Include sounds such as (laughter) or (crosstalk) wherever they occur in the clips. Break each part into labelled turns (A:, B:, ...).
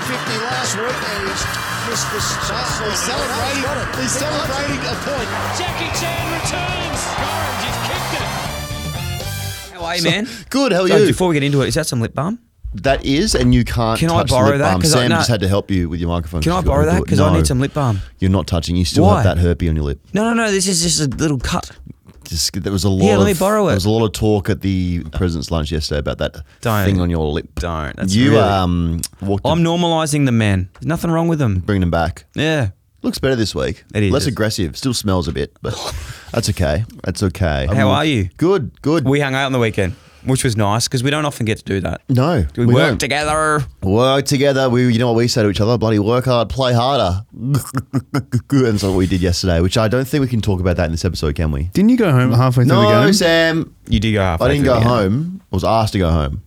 A: last week and he's missed the shot.
B: He's celebrating, he's celebrating a point.
C: Jackie Chan returns. Gorham just kicked it.
D: How are you, man?
B: (laughs) Good, how are
D: So
B: you?
D: before we get into it, is that some lip balm?
B: that is, and you can't.
D: Can I
B: touch the
D: borrow
B: lip
D: that?
B: balm.
D: 'Cause I-
B: Sam
D: no.
B: just had to help you with your microphone.
D: Can I
B: You've
D: borrow
B: got to
D: that?
B: do it.
D: 'Cause I need
B: No.
D: some lip balm.
B: You're not touching. You still
D: Why?
B: have that herpy on your lip.
D: No, no, no. This is just a little cut.
B: Just, there was a lot.
D: Yeah,
B: of,
D: let me borrow
B: There
D: it.
B: was a lot of talk at the president's lunch yesterday about that
D: Don't.
B: thing on your lip.
D: Don't. That's
B: you
D: really-
B: um walked?
D: I'm normalising the men. There's nothing wrong with them.
B: bringing them back.
D: Yeah.
B: Looks better this week.
D: It is.
B: less aggressive. Still smells a bit,
D: (laughs)
B: but that's okay. That's okay.
D: How are you?
B: Good. Good.
D: We hung out on the weekend, which was nice because we don't often get to do that.
B: no,
D: We, work
B: don't.
D: together.
B: Work together. We, you know what we say to each other? Bloody work hard, play harder. (laughs) and that's what we did yesterday, which I don't think we can talk about that in this episode, can we?
E: Didn't you go home halfway through the
B: No,
E: game?
B: Sam.
D: You did go halfway
B: I didn't
D: through
B: go
D: the game.
B: home. I was asked to go home.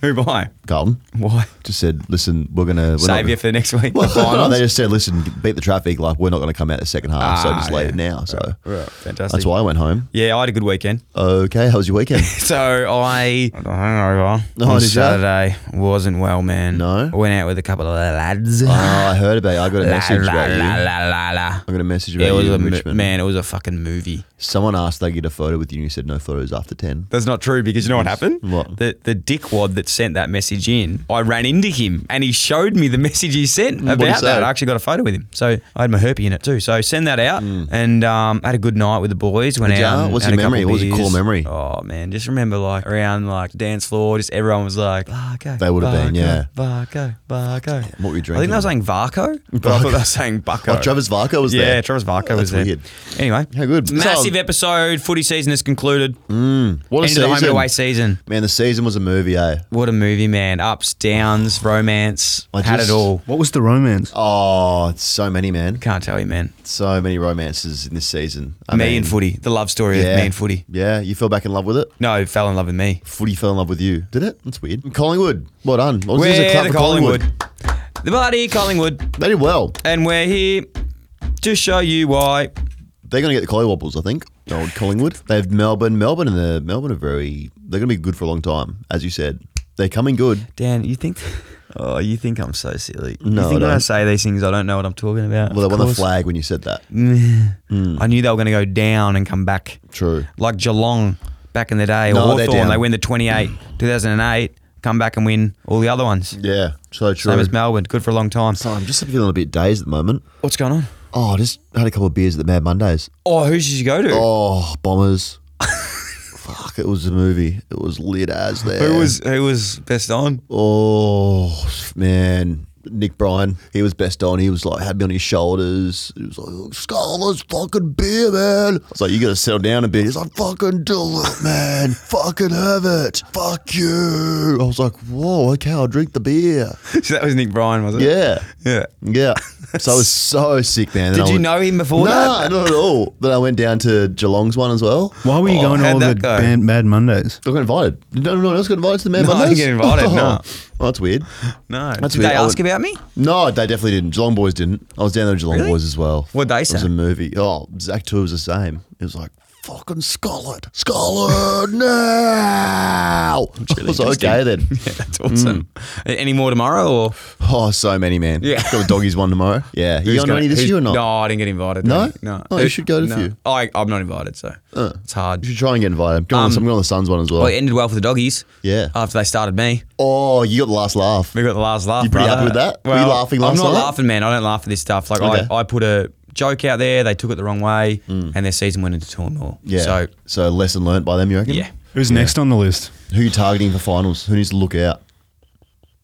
D: Who by?
B: Carlton
D: Why?
B: just said, "Listen, we're gonna we're
D: Save
B: not-
D: you for next week.
B: (laughs)
D: the
B: Well, no,
D: (laughs) finals.
B: they just said, "Listen, beat the traffic. Like we're not going to come out the second half, so
D: Ah,
B: just leave
D: yeah.
B: it now." So
D: Fantastic.
B: that's why I went home.
D: Yeah, I had a good weekend.
B: Okay, how was your
D: (laughs)
B: weekend?
D: So I the hungover
B: Oh,
D: on
B: did ya?
D: Saturday wasn't well, man.
B: No?
D: I went out with a couple of lads.
B: oh, I heard about. You. I got a
D: La,
B: message
D: la,
B: about you.
D: la,
B: I
D: la, la, la.
B: got a message about
D: It was
B: you
D: a
B: in
D: mo-
B: Richmond.
D: man. It was a fucking movie.
B: Someone asked they get a photo with you, and you said no photos after ten. Oh,
D: That's not true because you know what happened?
B: What?
D: The the dickwad that sent that message in, I ran into him and he showed me the (laughs) message he sent
B: Mm. what'd he
D: about
B: say?
D: that. I actually got a photo with him. So I had my herpy in it too. So send that out and um, had a good night with the boys. Went
B: Mm. Did ya?
D: out. and
B: What's
D: had
B: your
D: a couple
B: memory? What was your core
D: beers.
B: memory?
D: Oh man, just remember like around like dance floor, just everyone was like, Varco.
B: They would've been, yeah.
D: Varco, Varco.
B: What were you
D: I think
B: drinking?
D: they were saying Varco, but I thought they were saying Bucko.
B: Oh, Travis Varco was
D: yeah,
B: there.
D: Travis Varco
B: That's
D: was there.
B: weird.
D: Anyway,
B: How good.
D: Massive
B: So-
D: episode. Footy season is concluded.
B: What a
D: End of the home and away
B: season!
D: season.
B: Man, the season was a movie, eh?
D: What a movie, man. Ups, downs, romance.
B: I
D: had
B: just-
D: it all.
E: What was the romance?
B: Oh, it's so many, man.
D: Can't tell you, man.
B: So many romances in this season. I
D: me
B: mean,
D: and footy. The love story
B: Yeah.
D: of me and footy.
B: Yeah, you fell back in love with it.
D: No, fell in love with me.
B: Footy fell in love with you. Did it? That's weird. Collingwood. Well done. Well, this is
D: We're
B: clap
D: the
B: for
D: Collingwood. The bloody Collingwood.
B: They did well.
D: And we're here to show you why.
B: They're going to get the Collie Wobbles, I think. The Old Collingwood. They have Melbourne. Melbourne and the Melbourne are very. They're going to be good for a long time, as you said. They're coming good.
D: Dan, you think. Oh, you think I'm so silly.
B: No,
D: you
B: I
D: think when I
B: don't.
D: say these things, I don't know what I'm talking about.
B: Well,
D: Of
B: they won the
D: course. Mm.
B: flag when you said that.
D: I knew they were going to go down and come back.
B: True.
D: Like Geelong back in the day, or
B: No, they're
D: Hawthorn,
B: down.
D: they win the 28, 2008, come back and win all the other ones.
B: Yeah. So true.
D: Same as Melbourne. Good for a long time.
B: So I'm just feeling a bit dazed at the moment.
D: What's going on?
B: Oh, I just had a couple of beers at the Mad Mondays.
D: Oh, who should you go to?
B: Oh, bombers.
D: (laughs)
B: Fuck, it was a movie. It was lit as there.
D: Who was who was best on? (laughs)
B: Oh man. Nick Bryan, he was best on. He was like had me on his shoulders. He was like, "Scarlet's fucking beer, man." I was like, "You gotta settle down a bit." He's like, "Fucking do it,
D: (laughs)
B: man. fucking have it. Fuck you." I was like, "Whoa, okay, I'll drink the beer."
D: So that was Nick Bryan, was it?
B: Yeah,
D: Yeah. (laughs)
B: yeah. So I was so sick, man.
D: Did you know him before
B: Nah,
D: that?
B: not at all. Then I went down to Geelong's one as well.
E: Why were you
D: Oh,
E: going to
D: how'd
E: all the
D: that go?
E: band, Bad Mondays?
B: I got invited. No, no one else got invited to the man
D: No, I
B: Mondays?
D: didn't get
B: (laughs)
D: invited, no.
B: Well, that's weird.
D: No.
B: That's
D: Did
B: weird.
D: they
B: I
D: ask
B: would- (laughs)
D: about me?
B: No, they definitely didn't. Geelong boys didn't. I was down there with Geelong
D: Really?
B: boys as well.
D: What'd they
B: It was
D: say?
B: a movie. Oh, Zach Tour was the same. It was like fucking Scarlet, Scarlet
D: (laughs)
B: now. I was like, okay then. (laughs)
D: Yeah, that's awesome.
B: Mm.
D: A- Any more tomorrow or
B: Oh, so many man.
D: Yeah.
B: got the doggies one tomorrow. Yeah, you going
D: who's
B: to
D: gonna-
B: any this
D: who's-
B: year or not?
D: No, I didn't get invited.
B: No?
D: did I? No.
B: Oh, you should go to a
D: no.
B: few. Uh.
D: I I'm not invited, so it's hard.
B: You should try and get invited. Go on,
D: Um,
B: I'm going on the Suns one as well.
D: Well, it ended well for the doggies.
B: Yeah.
D: After they started me,
B: oh, you got the last laugh.
D: we got the last laugh.
B: You pretty
D: brother.
B: happy with that? Were you laughing last
D: I'm not
B: night?
D: laughing, man. I don't laugh at this stuff. Like
B: Okay. Mm.
D: I, I put a joke out there. They took it the wrong way, and their season went into turmoil.
B: Yeah.
D: So
B: so lesson learnt by them, you reckon?
D: yeah.
E: Who's next on the list?
B: Who you targeting for finals? Who needs to look out?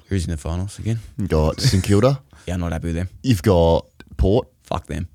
D: Who's in the finals again?
B: You've
D: (laughs)
B: got St Kilda.
D: Yeah, I'm not happy with them.
B: You've got Port, (laughs)
D: Fuck them.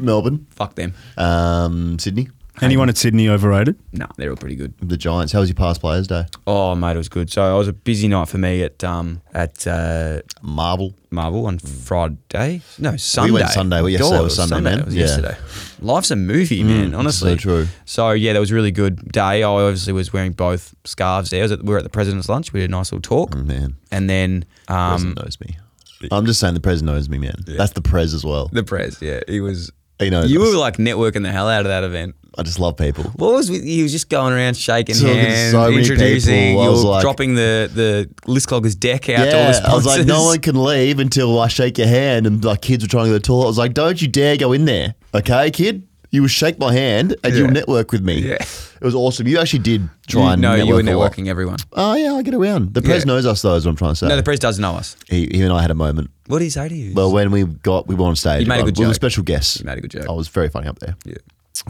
B: Melbourne,
D: Fuck them.
B: um, Sydney,
E: Anyone at Sydney overrated?
D: No, they're all pretty good.
B: the Giants. How was your past players day?
D: Oh, mate, it was good. So it was a busy night for me at um at uh,
B: Marvel.
D: Marvel on Friday. No, Sunday.
B: Hmm. went Sunday. Well, yesterday
D: God,
B: was
D: it
B: Sunday, man.
D: It was
B: Yeah. Hmm,
D: yesterday. Life's a movie, man. Honestly,
B: so true.
D: So yeah, that was a really good day. I obviously was wearing both scarves. There, I was at, we were at the president's lunch. We did a nice little talk,
B: Man,
D: and then
B: Hmm.
D: um,
B: President knows me. I'm just saying the Prez knows me, man. That's the Prez as well.
D: the press. Yeah, it was.
B: He knows
D: You
B: us.
D: were like networking the hell out of that event.
B: I just love people.
D: What was with, he was just going around shaking
B: Talking to
D: hands,
B: so many
D: introducing,
B: people. I
D: you
B: was
D: were
B: like-
D: dropping the the list clogger's deck out to all the
B: Yeah,
D: sponsors.
B: I was like, no one can leave until I shake your hand. And like kids were trying to go to the toilet. I was like, don't you dare go in there, okay, kid? You will shake my hand and you'll
D: Yeah.
B: network with me.
D: Yeah.
B: It was awesome. You actually did try
D: You,
B: and
D: (laughs) no,
B: network
D: you were
B: a lot.
D: networking everyone.
B: Oh yeah, I get around. The press
D: Yeah.
B: knows us though. Is what I'm trying to say.
D: No, the press does know us.
B: he, he and I had a moment.
D: What did he say to you?
B: Well, when we got we were on stage,
D: You made
B: I
D: a good
B: was a
D: joke.
B: special guest.
D: You made a good joke.
B: I was very funny up there.
D: yeah.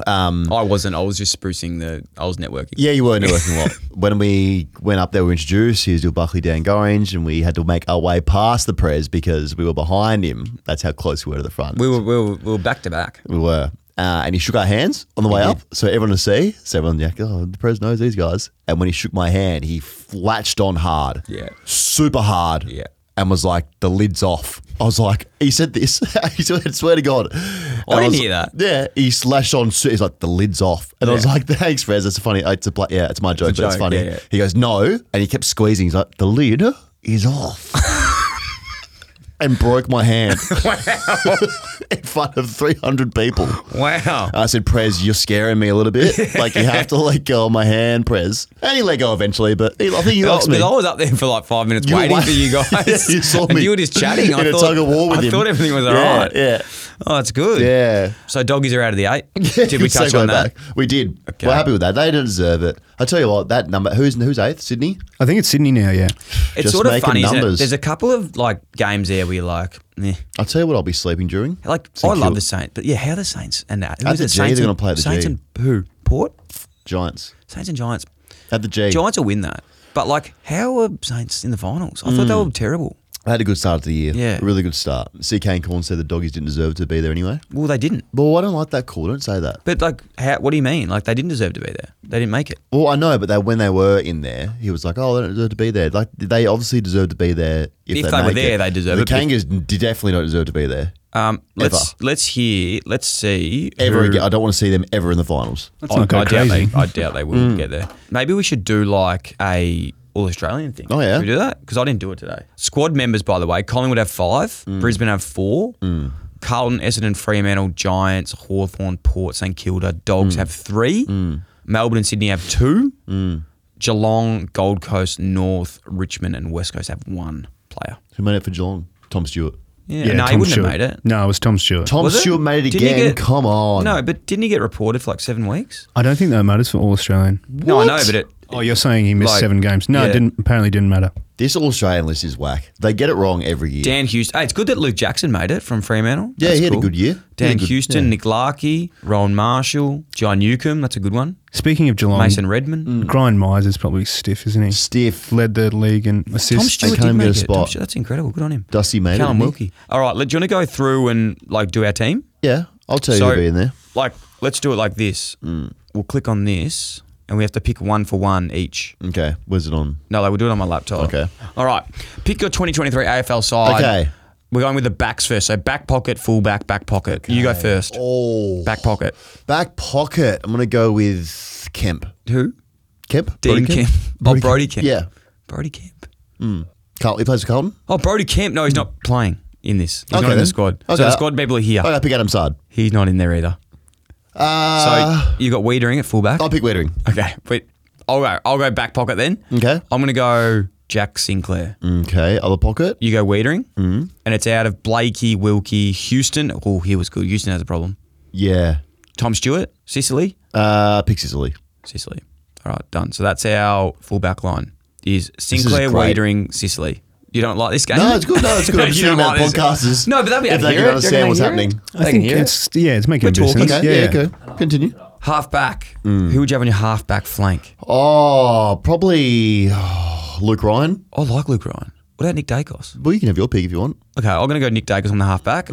B: Um,
D: I wasn't. I was just sprucing the. I was networking.
B: yeah, you were networking a
D: (laughs)
B: lot. When we went up there, we were introduced. He was Bill Buckley, Dan Gorringe, and we had to make our way past the prez because we were behind him. That's how close we were to the front.
D: We were, we were we were back to back.
B: We were. Uh, and he shook our hands on the way up, so everyone to see. So everyone, yeah, oh, the press knows these guys. And when he shook my hand, he flatched on hard,
D: Yeah.
B: super hard,
D: Yeah.
B: and was like, "The lid's off." I was like, "He said this." (laughs) he said, I "Swear to God." I
D: didn't
B: was-
D: hear that.
B: Yeah, he slashed on. su- He's like, "The lid's off," and I was
D: Yeah.
B: like, (laughs) "Thanks, Rez. It's a funny. Oh, It's a pla- yeah, it's my joke, but it's
D: joke,
B: funny."
D: yeah, yeah.
B: He goes, "No," and he kept squeezing. He's like, "The lid is
D: (laughs)
B: off." And broke my hand (laughs) in front of 300 people.
D: Wow.
B: I said, Prez, you're scaring me a little
D: (laughs)
B: bit. Like, you have to let go of my hand, Prez. And he let go eventually, but he, I think he
D: I
B: likes
D: was, I
B: me.
D: was up there for like five minutes
B: You were
D: waiting
B: wa- (laughs)
D: for you guys.
B: You saw
D: and
B: me
D: you were just
B: (laughs)
D: chatting.
B: in
D: I
B: a
D: thought,
B: tug of war with
D: I
B: him.
D: thought everything was all
B: Yeah,
D: right.
B: yeah.
D: Oh, that's good.
B: Yeah.
D: So doggies are out of
B: (laughs)
D: the eight. Did we touch
B: Segue
D: on that?
B: back. We did.
D: Okay.
B: We're happy with that. They didn't deserve it. I tell you what, that number, who's who's eighth? Sydney?
E: I think it's Sydney now, yeah.
D: It's
B: Just
D: sort of
B: making
D: funny. Isn't it?
B: numbers.
D: There's a couple of like games there where you're like, eh.
B: I'll tell you what, I'll be sleeping during.
D: like I
B: St.
D: love
B: Kilda-
D: the Saints, but yeah, how are the Saints and that? Who
B: At
D: is
B: the
D: it?
B: G,
D: Saints
B: they're
D: and-
B: gonna play at the
D: Saints
B: G.
D: and who? Port?
B: Giants.
D: Saints and Giants.
B: At the G.
D: Giants will win that. But like, how were Saints in the finals? I thought
B: Hmm.
D: they were terrible.
B: I had a good start to the year.
D: Yeah.
B: A really good start. CK and Corn said the doggies didn't deserve to be there anyway.
D: Well, they didn't.
B: Well, I don't like that call. Don't say that.
D: But like, how, what do you mean? Like, they didn't deserve to be there. They didn't make it.
B: Well, I know, but they, when they were in there, he was like, "Oh, they don't deserve to be there." Like they obviously deserve to be there. If,
D: If they were
B: make
D: there,
B: it.
D: they deserve
B: the
D: it, but-
B: Kangas d- definitely don't deserve to be there
D: Um, let's
B: Ever.
D: let's hear. Let's see.
B: ever
D: who-
B: again. I don't want to see them ever in the finals.
E: Let's
D: I,
E: not go
D: I doubt
E: crazy.
D: they. I doubt
B: (laughs)
D: they
B: Mm.
D: will get there. Maybe we should do like a all Australian thing.
B: Oh, yeah.
D: Should we do that because I didn't do it today. Squad members, by the way, Collingwood have five,
B: Mm.
D: Brisbane have four. Carlton, Essendon, Fremantle, Giants, Hawthorn, Port, St Kilda,
B: Mm.
D: Dogs have three. Melbourne and Sydney have two.
B: Mm.
D: Geelong, Gold Coast, North, Richmond, and West Coast have one player.
B: Who made it for Geelong? Tom Stewart.
D: Yeah, no, he
E: Tom
D: wouldn't
E: Stewart.
D: have made it.
E: No, it was Tom Stewart.
B: Tom
D: Was it?
B: Stewart made it
D: Didn't he
B: again.
D: get-
B: Come on.
D: No, but didn't he get reported for like seven weeks?
E: I don't think that matters for All Australian.
D: No, I
B: What?
D: know, but it.
E: Oh, you're saying he missed
D: Like,
E: seven games? No,
D: yeah.
E: it didn't. Apparently, didn't matter.
B: this All Australian list is whack. They get it wrong every year.
D: Dan Houston. Hey, it's good that Luke Jackson made it from Fremantle.
B: Yeah,
D: That's
B: he had a good year. He had
D: Dan
B: a good-
D: Houston,
B: yeah.
D: Nick Larkey, Rowan Marshall, John Newcomb. That's a good one.
B: Mm.
E: Speaking of Geelong, Mm.
D: Mason Redmond.
E: Grind Myers is probably stiff, isn't he?
B: Stiff.
E: Led the league in assists.
D: Tom Stewart
B: can't
D: did
B: even
D: make
B: get a
D: it. Tom
B: spot.
D: Stewart, that's incredible. Good on him.
B: Dusty made it,
D: Callum
B: didn't he?
D: Wilkie. All right, let, do you want to go through and like do our team?
B: Yeah, I'll tell you
D: So-
B: who'll be in there.
D: Like, let's do it like this.
B: Mm.
D: We'll click on this, and we have to pick one for one each.
B: Okay, where's it on?
D: No, like we'll do it on my laptop.
B: Okay.
D: All right. Pick your 2023 AFL side.
B: Okay.
D: We're going with the backs first. So back pocket, full back, back pocket. You go first.
B: Oh,
D: Back pocket.
B: back pocket. I'm gonna go with Kemp.
D: Who?
B: Kemp.
D: Dean
B: Brody
D: Kemp. Oh, Brody Kemp.
B: Yeah.
D: Brody Kemp.
B: Carl, he plays for Carlton.
D: Oh, Brody Kemp. No, he's not playing in this. He's
B: Okay
D: not in the
B: then.
D: squad. So
B: Okay.
D: the squad people are here.
B: Okay, I pick Adam Sard.
D: He's not in there either.
B: Uh,
D: so you got Weedering at fullback.
B: I'll pick Wettering.
D: okay, but I'll go. I'll go back pocket then.
B: Okay. Mm.
D: I'm gonna go Jack Sinclair.
B: Okay, other pocket.
D: You go Weedering, mm. and it's out of Blakey, Wilkie, Houston. Oh, he was good. Houston has a problem.
B: Yeah.
D: Tom Stewart, Sicily,
B: Uh, pick Sicily.
D: Sicily. All right, done. So that's our fullback line. Is
B: is
D: Sinclair,
B: great.
D: Weedering, Sicily. You don't like this game?
B: No, it's good. No,
D: (laughs)
B: it's good. I'm
D: You
B: sitting
D: don't
B: around
D: like this.
B: podcasters.
D: No, but that'd be
B: If
D: able to
B: they
D: hear
B: can
D: it.
B: understand what's
D: They can hear
B: happening.
D: They
E: I
D: can
E: think
D: hear it.
E: it's yeah, it's making
D: We're
E: a bit of
D: talking.
E: sense.
B: Okay, yeah, okay. Continue.
D: Half back.
B: Mm.
D: Who would you have on your half back flank?
B: Oh, probably oh, (sighs) Luke Ryan.
D: I like Luke Ryan. What about Nick Dacos?
B: Well, you can have your pick if you want.
D: Okay, I'm going to go Nick Dacos on the half back.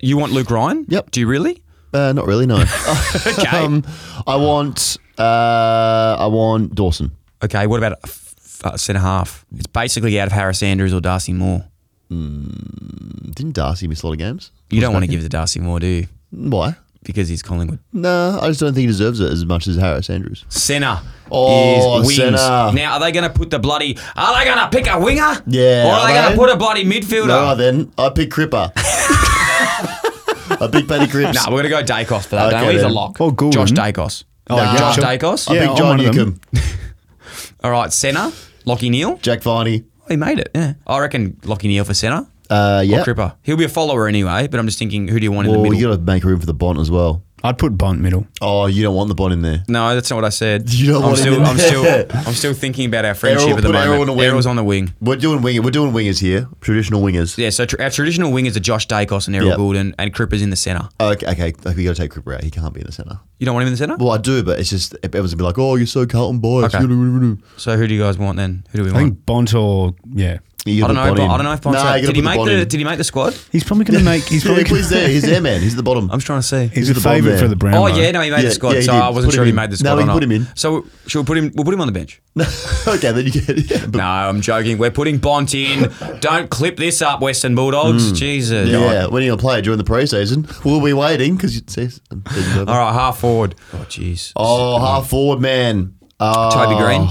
D: You want Luke Ryan?
B: Mm. Yep.
D: Do you really?
B: Uh, not really, (laughs) no.
D: Okay. (laughs)
B: um, I want, uh, I want Dawson.
D: okay, what about a f- f- uh, centre half? It's basically out of Harris Andrews or Darcy Moore.
B: Didn't Darcy miss a lot of games?
D: You don't want to give it to Darcy Moore, do you?
B: Why?
D: Because he's Collingwood.
B: Nah, I just don't think he deserves it as much as Harris Andrews.
D: Centre
B: Oh,
D: is wings.
B: centre.
D: Now, are they going to put the bloody. Are they going to pick a winger?
B: Yeah,
D: Or are,
B: are
D: they going
B: they?
D: to put a bloody midfielder?
B: No, then I pick (laughs) Cripper. I pick Paddy Cripps.
D: Nah, we're going to go Dacos for that.
B: Okay,
D: don't we? He's a
B: then.
D: lock.
E: Or Goulden.
D: Josh Dacos.
E: Oh,
B: Nah.
D: Josh
E: sure.
D: Dacos.
B: I
E: Yeah, I'm
B: think John
E: one of them.
B: Newcomb,
D: All right, centre, Lockie Neal. Oh,
B: Jack Viney.
D: He made it. Yeah, I reckon Lockie Neal for centre.
B: Uh,
D: Or
B: yeah.
D: Cripper. He'll be a follower anyway. But I'm just thinking, who do you want in the
B: Well,
D: middle?
B: you got to make room for the Bond as well.
E: I'd put Bunt middle.
B: Oh, you don't want the Bond in there.
D: No, that's not what I said.
B: You don't
D: I'm
B: want him
D: still,
B: in
D: I'm
B: there.
D: still, (laughs) I'm still thinking about our friendship
B: Errol-
D: at the
B: put Errol
D: moment.
B: on the wing.
D: Errol's on the wing.
B: We're doing wing. We're doing wingers here. Traditional wingers.
D: Yeah, so tr- our traditional wingers are Josh Dacos and Errol
B: Yep.
D: Goulden, and Cripper's in the centre.
B: Okay, okay. Like, we got to take Cooper out. He can't be in the centre.
D: You don't want him in the centre?
B: Well, I do, but it's just everyone's gonna be like, "Oh, you're so Carlton biased."
D: Okay.
B: You
D: So who do you guys want then? Who do we
E: I
D: want?
E: think Bunt or yeah.
D: I
B: gotta
D: don't know.
B: put
D: If,
B: Bond in.
D: I don't know if Bond's
B: Nah,
D: out.
B: you gotta
D: did he
B: put the
D: make
B: Bond
D: the
B: in.
D: Did he make the squad?
E: He's
D: (laughs)
E: probably going to make. He's probably.
B: Yeah,
E: gonna,
B: he's there. He's there, man. He's at the bottom.
D: I'm just trying to see.
E: (laughs)
B: he's
E: he's a
B: the bomb
E: favourite
B: man.
E: for the Brown.
D: oh yeah, no, he made
B: Yeah,
D: the squad.
B: yeah, he
D: so
B: did.
D: I wasn't
B: Put him
D: sure he
B: in.
D: made the
B: No,
D: squad.
B: we
D: or
B: can
D: not.
B: put him in.
D: So should we put him? We'll put him on the bench.
B: (laughs) okay, then you get.
D: (laughs)
B: Yeah, but-
D: No, I'm joking. We're putting Bont in. Don't clip this up, Western Bulldogs. Jesus.
B: yeah, when are you gonna play it during the pre-season? We'll be waiting because you see.
D: All right, half forward. Oh jeez.
B: Oh, half forward man. Uh,
D: Toby Green.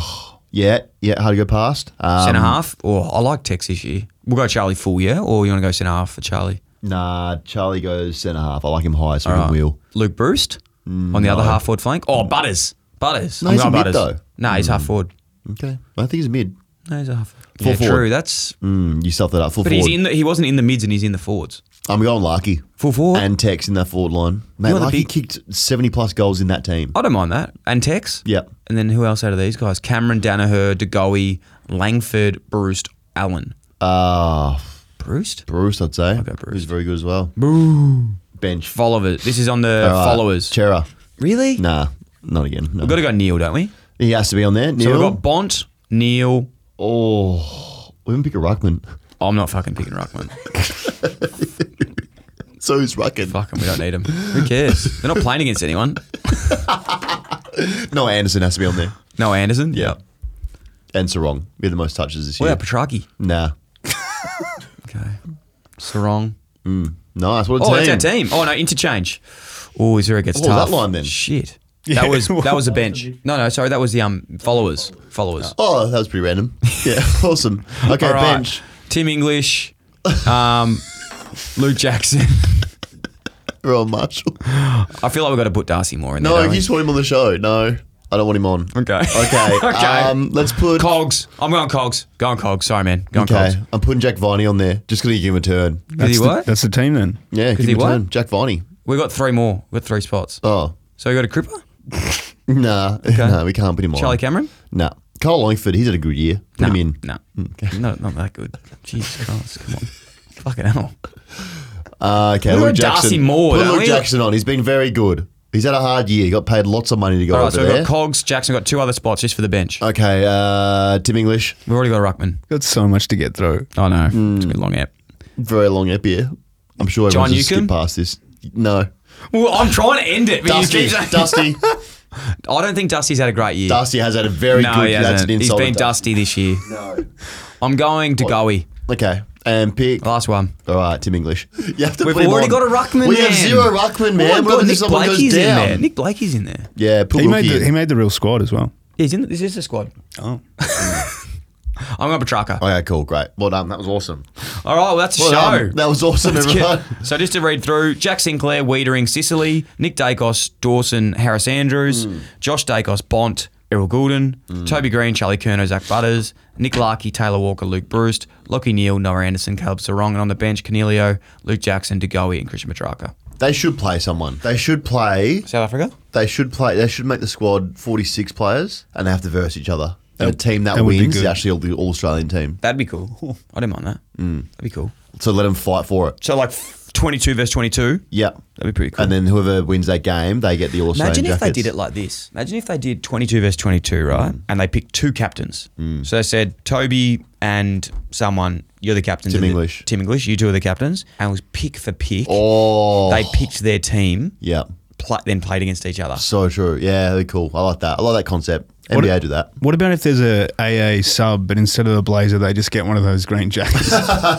B: Yeah, yeah. How to go past? Um,
D: Centre half. Oh, I like Tex this year. We'll go Charlie Full, yeah? Or you want to go centre half for Charlie?
B: Nah, Charlie goes centre half. I like him high, so we can wheel.
D: Luke Bruce on the other half forward flank. Oh, Butters. Butters.
B: No,
D: I'm
B: he's
D: going
B: a mid, though.
D: Butters. No, he's half forward.
B: Okay, I think he's mid.
D: No, he's a half forward.
B: Full
D: yeah,
B: forward.
D: true. That's.
B: Mm, you stuff that up. Full
D: But
B: forward.
D: he's in. The, he wasn't in the mids and he's in the forwards.
B: I'm going Larky.
D: Full forward?
B: And Tex in that forward line. Mate,
D: You're the
B: Larky
D: big-
B: kicked 70 plus goals in that team.
D: I don't mind that. And Tex.
B: Yep.
D: And then who else out of these guys? Cameron Danaher, DeGoey, Langford, Bruce, Allen.
B: Ah,
D: Bruce?
B: Bruce, I'd say.
D: go Oh. Bruce.
B: Who's very good as well. Bench.
D: Followers. This is on the
B: All right.
D: uh, followers.
B: Chera.
D: really?
B: Nah, not again. No.
D: We've got to go Neil, don't we?
B: He has to be on there. Neil.
D: So we've got Bont, Neil. Oh,
B: oh, we didn't pick a ruckman. (laughs)
D: I'm not fucking picking Ruckman. (laughs)
B: So who's rucking?
D: Fuck 'em, we don't need him. Who cares? They're not playing against anyone.
B: No, Anderson has to be on there.
D: No Anderson.
B: Yeah. And Sarong. We had the most touches this
D: What
B: year.
D: about Petrarchy?
B: nah.
D: Okay. Sarong.
B: No, that's what a
D: Oh,
B: team.
D: that's our team. Oh no, interchange. Oh, is where it gets
B: Oh,
D: tough.
B: that line then.
D: Shit.
E: Yeah,
B: (laughs)
D: that was
E: it
D: that was a bench. No, no, sorry, that was the um followers. Followers.
B: Oh, that was pretty
D: (laughs)
B: random. Yeah, (laughs) awesome. Okay,
D: All right.
B: bench.
D: Tim English.
B: (laughs)
D: Um, Luke Jackson.
B: Earl
D: (laughs)
B: Marshall.
D: I feel like we've got to put Darcy Moore in there.
B: No,
D: don't
B: you
D: we?
B: just want him on the show. No, I don't want him on.
D: Okay.
B: (laughs) Okay.
D: (laughs) Okay.
B: Um, let's put.
D: Cogs. I'm going Cogs. Go on Cogs. Sorry, man. Go on
B: okay.
D: Cogs.
B: I'm putting Jack Viney on there just because he give him a turn.
D: Did
E: That's
D: he
E: the,
D: what?
E: That's the team then.
B: Yeah, give
D: he
B: him a
D: what?
B: turn. Jack Viney.
D: We've got three more. We've got three spots. (laughs)
B: Oh,
D: So we got a Cripper,
B: nah. (laughs) Nah, we can't put him on.
D: Charlie Cameron.
B: Nah. Carl Langford, he's had a good year. Put
D: No,
B: him in. Mm,
D: No. (laughs) No, not that good. Jesus Christ, come on.
B: (laughs)
D: Fucking hell.
B: Uh, okay,
D: What
B: Luke
D: about
B: Jackson.
D: Darcy Moore,
B: Put
D: don't
B: Luke
D: we?
B: Jackson on. He's been very good. He's had a hard year. He got paid lots of money to go
D: All right,
B: over
D: so we've
B: there.
D: got Cogs, Jackson, we've got two other spots just for the bench.
B: okay, uh, Tim English.
D: We've already got Ruckman.
E: Got so much to get through.
D: Oh, no.
B: Mm.
D: It's been a long app.
B: Very long ep here. I'm sure
D: John
B: everyone's just
D: Newcombe?
B: skipped past this. No.
D: Well, I'm trying to end it. But
B: Dusty.
D: you keep saying- (laughs)
B: Dusty.
D: I don't think Dusty's had a great year.
B: Dusty has had a very
D: no,
B: good
D: he
B: That's
D: hasn't.
B: an
D: He's
B: insult
D: been
B: to Dusty.
D: Dusty this year.
B: No.
D: I'm going to Goey.
B: Okay. And pick.
D: Last one.
B: All right, Tim English. (laughs) You have to
D: We've
B: put him
D: already
B: on.
D: got a Ruckman,
B: We
D: man.
B: have zero Ruckman,
D: Oh, my
B: man.
D: God,
B: what happens if
D: Nick
B: someone goes
D: Blakey's in
B: down?
D: there. Nick Blakey's in there.
B: Yeah, put
E: He made,
B: Wilkie
E: the,
B: in.
E: he made the real squad as well.
D: Yeah, he's in. This is the squad.
E: Oh.
D: I'm going Petrarca.
B: Okay, cool, great. Well done. That was awesome.
D: All right, well, that's a
B: Well
D: show.
B: done. That was awesome,
D: Let's
B: everyone.
D: get- so just to read through, Jack Sinclair, Wiedering, Sicily, Nick Dacos, Dawson, Harris Andrews,
B: Hmm.
D: Josh Dacos, Bont, Errol Goulden, Toby Green, Charlie Kerno, Zach Butters, Nick Larkey, Taylor Walker, Luke Bruce, Lockie Neal, Noah Anderson, Caleb Sarong, and on the bench, Cornelio, Luke Jackson, DeGoey, and Christian Petrarca.
B: (laughs) They should play someone. They should play.
D: South Africa?
B: They should play. They should make the squad 46 players and they have to verse each other. And the team that,
E: that would be
B: wins is
E: good.
B: actually all the All Australian team.
D: That'd be cool. (laughs) I don't mind that.
B: Hmm.
D: That'd be cool.
B: So let them fight for it.
D: So like 22 versus 22?
B: Yeah.
D: That'd be pretty cool.
B: And then whoever wins that game, they get the All Australian
D: Imagine if they
B: jackets. Mm.
D: did it like this. Imagine if they did 22 versus 22, right? And they picked two captains. So they said, Toby and someone, you're the captain.
B: Tim
D: of the-
B: English.
D: Tim English, you two are the captains. And it was pick for pick.
B: Oh.
D: They picked their team,
B: yeah.
D: pla then played against each other.
B: So true. Yeah, they're cool. I like that. I like that concept.
E: What-
B: NBA do that. (laughs)
E: What about if there's a AA sub, but instead of a blazer, they just get one of those green jackets? (laughs)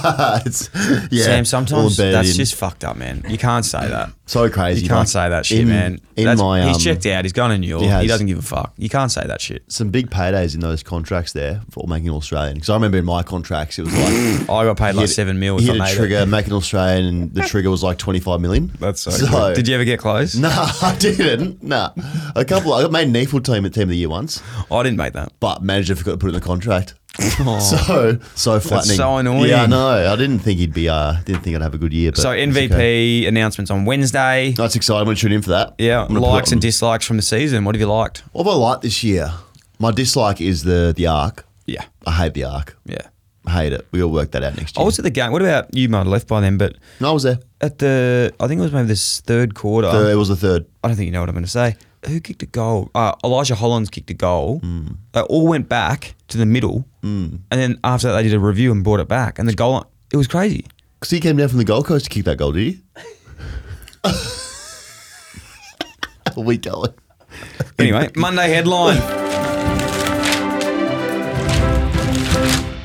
B: it's, yeah,
D: Sam,
B: all
D: sometimes
B: embedded
D: that's
B: in.
D: just fucked up, man. You can't say that.
B: so crazy.
D: You can't
B: like,
D: say that shit,
B: in-
D: man.
B: In
D: That's-
B: my, um,
D: he's checked out. He's gone to New York.
B: he
D: He,
B: has.
D: doesn't give a fuck. You can't say that shit.
B: some big paydays in those contracts there for making an Australian. Because I remember in my contracts, it was
D: (laughs)
B: like.
D: I got paid like
B: hit-
D: seven mil. If
B: hit
D: I
B: a
D: made
B: trigger,
D: It.
B: make an Australian, and the trigger was like 25 million.
D: That's so. good. Did you ever
B: (laughs)
D: get close?
B: No, I didn't. No. A couple, I got made an equal team at Team of the Year once,
D: I didn't make that.
B: but manager forgot to put it in the contract. (laughs) Oh. So, so flattening.
D: Oh. so annoying.
B: Yeah, I know. I didn't think he'd be, uh, didn't think I'd have a good year. But
D: So
B: it's
D: MVP
B: okay.
D: announcements on Wednesday.
B: That's exciting. I'm going to tune in for that.
D: Yeah,
B: I'm gonna
D: likes
B: put-
D: and dislikes from the season. What have you liked?
B: What have I liked this year? My dislike is the the arc.
D: Yeah,
B: I hate the arc.
D: yeah.
B: Hate it. We'll work that out next year.
D: I was at the game. What about you? Might have left by then, but
B: no, I was there.
D: at the I think it was maybe this third quarter.
B: The- it was the third.
D: I don't think you know what I'm going to say. Who kicked a goal? Uh, Elijah Hollands kicked a goal.
B: Hmm.
D: They all went back to the middle, mm. and then after that they did a review and brought it back. And the goal, it was crazy.
B: Because he came down from the Gold Coast to kick that goal, did
D: (laughs)
B: he? (laughs) Are we going?
D: Anyway, (laughs) Monday headline.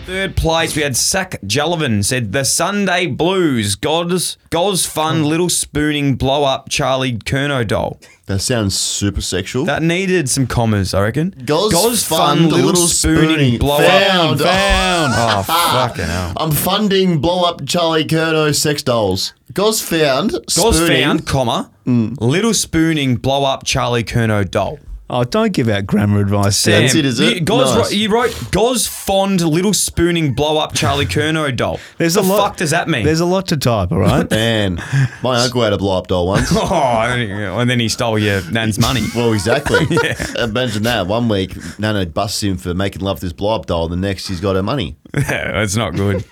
D: Third place, we had Sack Jalavan said the Sunday Blues, God's God's
B: Hmm.
D: fun little spooning blow up Charlie Kerno doll.
B: That sounds super sexual.
D: That needed some commas, I reckon.
B: God's fun little spooning found. Ah.
D: up. Found. Oh, fucking hell.
B: I'm funding blow up Charlie Curno sex dolls. Gos found.
D: God's
B: spooning- Hmm.
D: found, comma, little spooning blow up Charlie Kerno doll.
E: oh, don't give out grammar advice, Sam.
B: That's it, is it?
D: You, Goz
B: Nice.
D: wrote, you wrote Goz fond little spooning blow up Charlie Kerno
B: (laughs)
D: doll.
E: There's
D: the
E: a lot-
D: fuck does that mean?
E: There's a lot to type, all right?
B: Man, my uncle had a blow up doll
D: (laughs)
B: once.
D: oh, I don't even- and then he stole your nan's money. (laughs)
B: Well, exactly. Imagine that. One week, Nana busts him for making love to this blow up doll. The next, he's got her money.
D: Yeah, That's not good.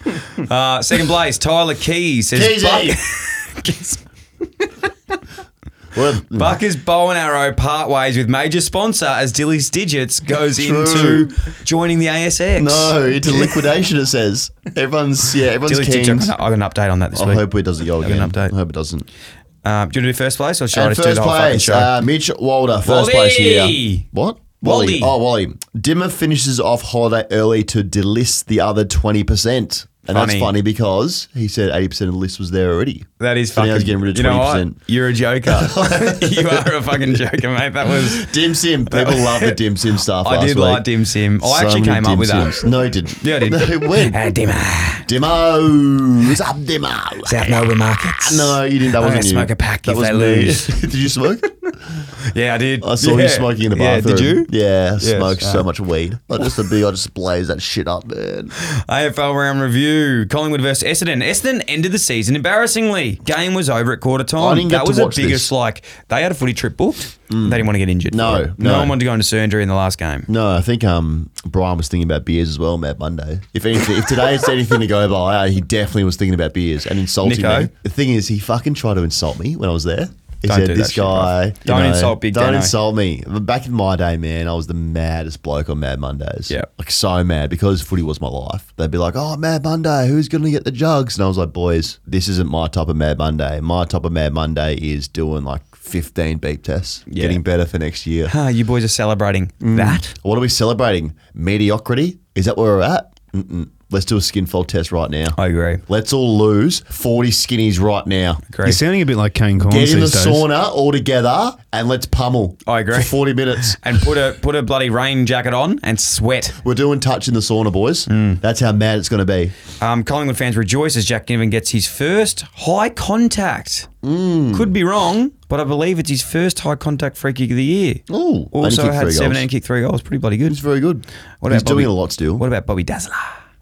D: Uh, second place, Tyler Keys says
B: Keezy!
D: Buck, (laughs)
B: What a-
D: Bucker's bow and arrow part ways with major sponsor as Dilly's Digits goes
B: True.
D: into joining the (laughs) ASX.
B: no, into liquidation, it says. Everyone's, yeah, everyone's
D: Dilly's
B: keen.
D: Digits. I got an update on that this
B: I
D: week.
B: hope it doesn't go
D: Have an
B: again.
D: update.
B: I hope it doesn't.
D: Um, do you want to do first place or should I
B: and
D: just do
B: first
D: the whole fucking
B: place,
D: show?
B: uh, Mitch Walder, first
D: Wally!
B: place here. What?
D: Wally.
B: Oh, Wally. Dimmer finishes off holiday early to delist the other 20%. And
D: Funny.
B: that's funny because he said 80% of the list was there already.
D: that is
B: So now
D: fucking.
B: he's getting rid of
D: you know what?
B: 20%.
D: You're a joker.
B: (laughs)
D: (laughs) you are a fucking joker, mate. That was.
B: Dim Sim. People love the Dim
D: (laughs)
B: Sim stuff.
D: I
B: last
D: did like
B: week.
D: Dim Sim. I
B: So
D: actually
B: many
D: came up
B: Dim
D: with
B: Sims.
D: that.
B: No, you didn't.
D: Yeah, I did.
B: No,
D: (laughs)
B: when?
D: Uh, Dimmer.
B: Demo. What's up, Demo?
D: South Melbourne markets.
B: No, you didn't. That
D: I'm
B: wasn't
D: gonna
B: you.
D: smoke a pack
B: that
D: if
B: was
D: they
B: me.
D: lose.
B: (laughs) did you smoke?
D: Yeah, I did.
B: I saw
D: yeah.
B: you smoking in the
D: Yeah,
B: bathroom.
D: did you?
B: Yeah, I
D: Yes,
B: smoked
D: uh,
B: so much weed. I just, I just blaze that shit up, man.
D: AFL round review: Collingwood versus Essendon. Essendon ended the season embarrassingly. Game was over at quarter time.
B: I didn't get
D: that
B: to
D: was the
B: watch this. Mm.
D: biggest. Like they had a footy trip booked. They didn't want to get injured.
B: No,
D: for it.
B: no.
D: no, one wanted to go into surgery in the last game.
B: No, I think um, Brian was thinking about beers as well, Matt Monday. If anything, if today's anything to go by, he definitely was thinking about beers and insulting
D: Nico?
B: me. The thing is, he fucking tried to insult me when I was there. He
D: Don't
B: said,
D: do that
B: "This
D: shit,
B: guy,
D: bruv.
B: you
D: Don't
B: know,
D: insult Big
B: Don't
D: Dano."
B: insult me." But Back in my day, man, I was the maddest bloke on Mad Mondays.
D: Yep.
B: like so mad because footy was my life. They'd be like, "Oh, Mad Monday, who's gonna get the jugs?" And I was like, "Boys, this isn't my type of Mad Monday. My type of Mad Monday is doing like 15 beep tests,
D: Yeah.
B: getting better for next
D: (laughs)
B: year."
D: Ah, you boys are celebrating
B: Mm.
D: that.
B: What are we celebrating? Mediocrity? Is that where we're at? Mm-mm. Let's do a skinfold test right now.
D: I agree.
B: Let's all lose 40 skinnies right now.
E: You're
D: Great.
E: sounding a bit like Kane Corns
B: Get in the
E: these days.
B: sauna all together and let's pummel.
D: I agree.
B: For 40
D: (laughs)
B: minutes.
D: and put a put a bloody rain jacket on and sweat.
B: We're doing touch in the sauna, boys.
D: Hmm.
B: That's how mad it's going to be.
D: Um, Collingwood fans rejoice as Jack Niven gets his first high contact.
B: Mm.
D: Could be wrong, but I believe it's his first high contact free kick of the year.
B: Ooh, and he
D: also
B: kicked
D: had
B: three goals.
D: 17 and kicked three goals. Pretty bloody good.
B: It's very good.
D: What
B: He's
D: about Bobby-
B: doing a lot still.
D: What about Bobby Dazzler?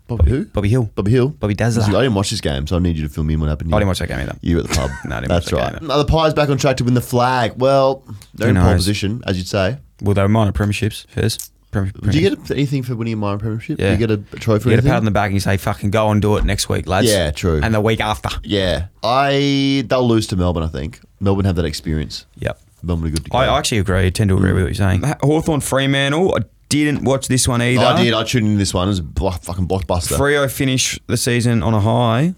B: Bobby who?
D: Bobby Hill.
B: Bobby Hill.
D: Bobby Dazzler.
B: I didn't watch this game, so I need you to film in what happened here.
D: I didn't watch that game either.
B: You were at the pub.
D: (laughs) No, I didn't
B: That's
D: watch that
B: right.
D: game.
B: Are the Pies back on track to win the flag? Well, they're
D: Who
B: in pole
D: knows?
B: position, as you'd say.
D: Well, they were minor premierships first. Prem-
B: Do you get anything for winning a minor premiership?
D: Yeah.
B: Do you get a trophy?
D: You
B: or
D: get a pat
B: anything?
D: on the back and you say, "Fucking go and do it next week, lads."
B: Yeah, true.
D: And the week after.
B: Yeah, I they'll lose to Melbourne. I think Melbourne have that experience.
D: Yep.
B: Melbourne are good to go.
D: I I actually agree. I tend to agree with what you're saying. Hawthorn Fremantle. I didn't watch this one either.
B: I did. I tuned into this one. It was a blo- fucking blockbuster.
D: Frio finish the season on a high.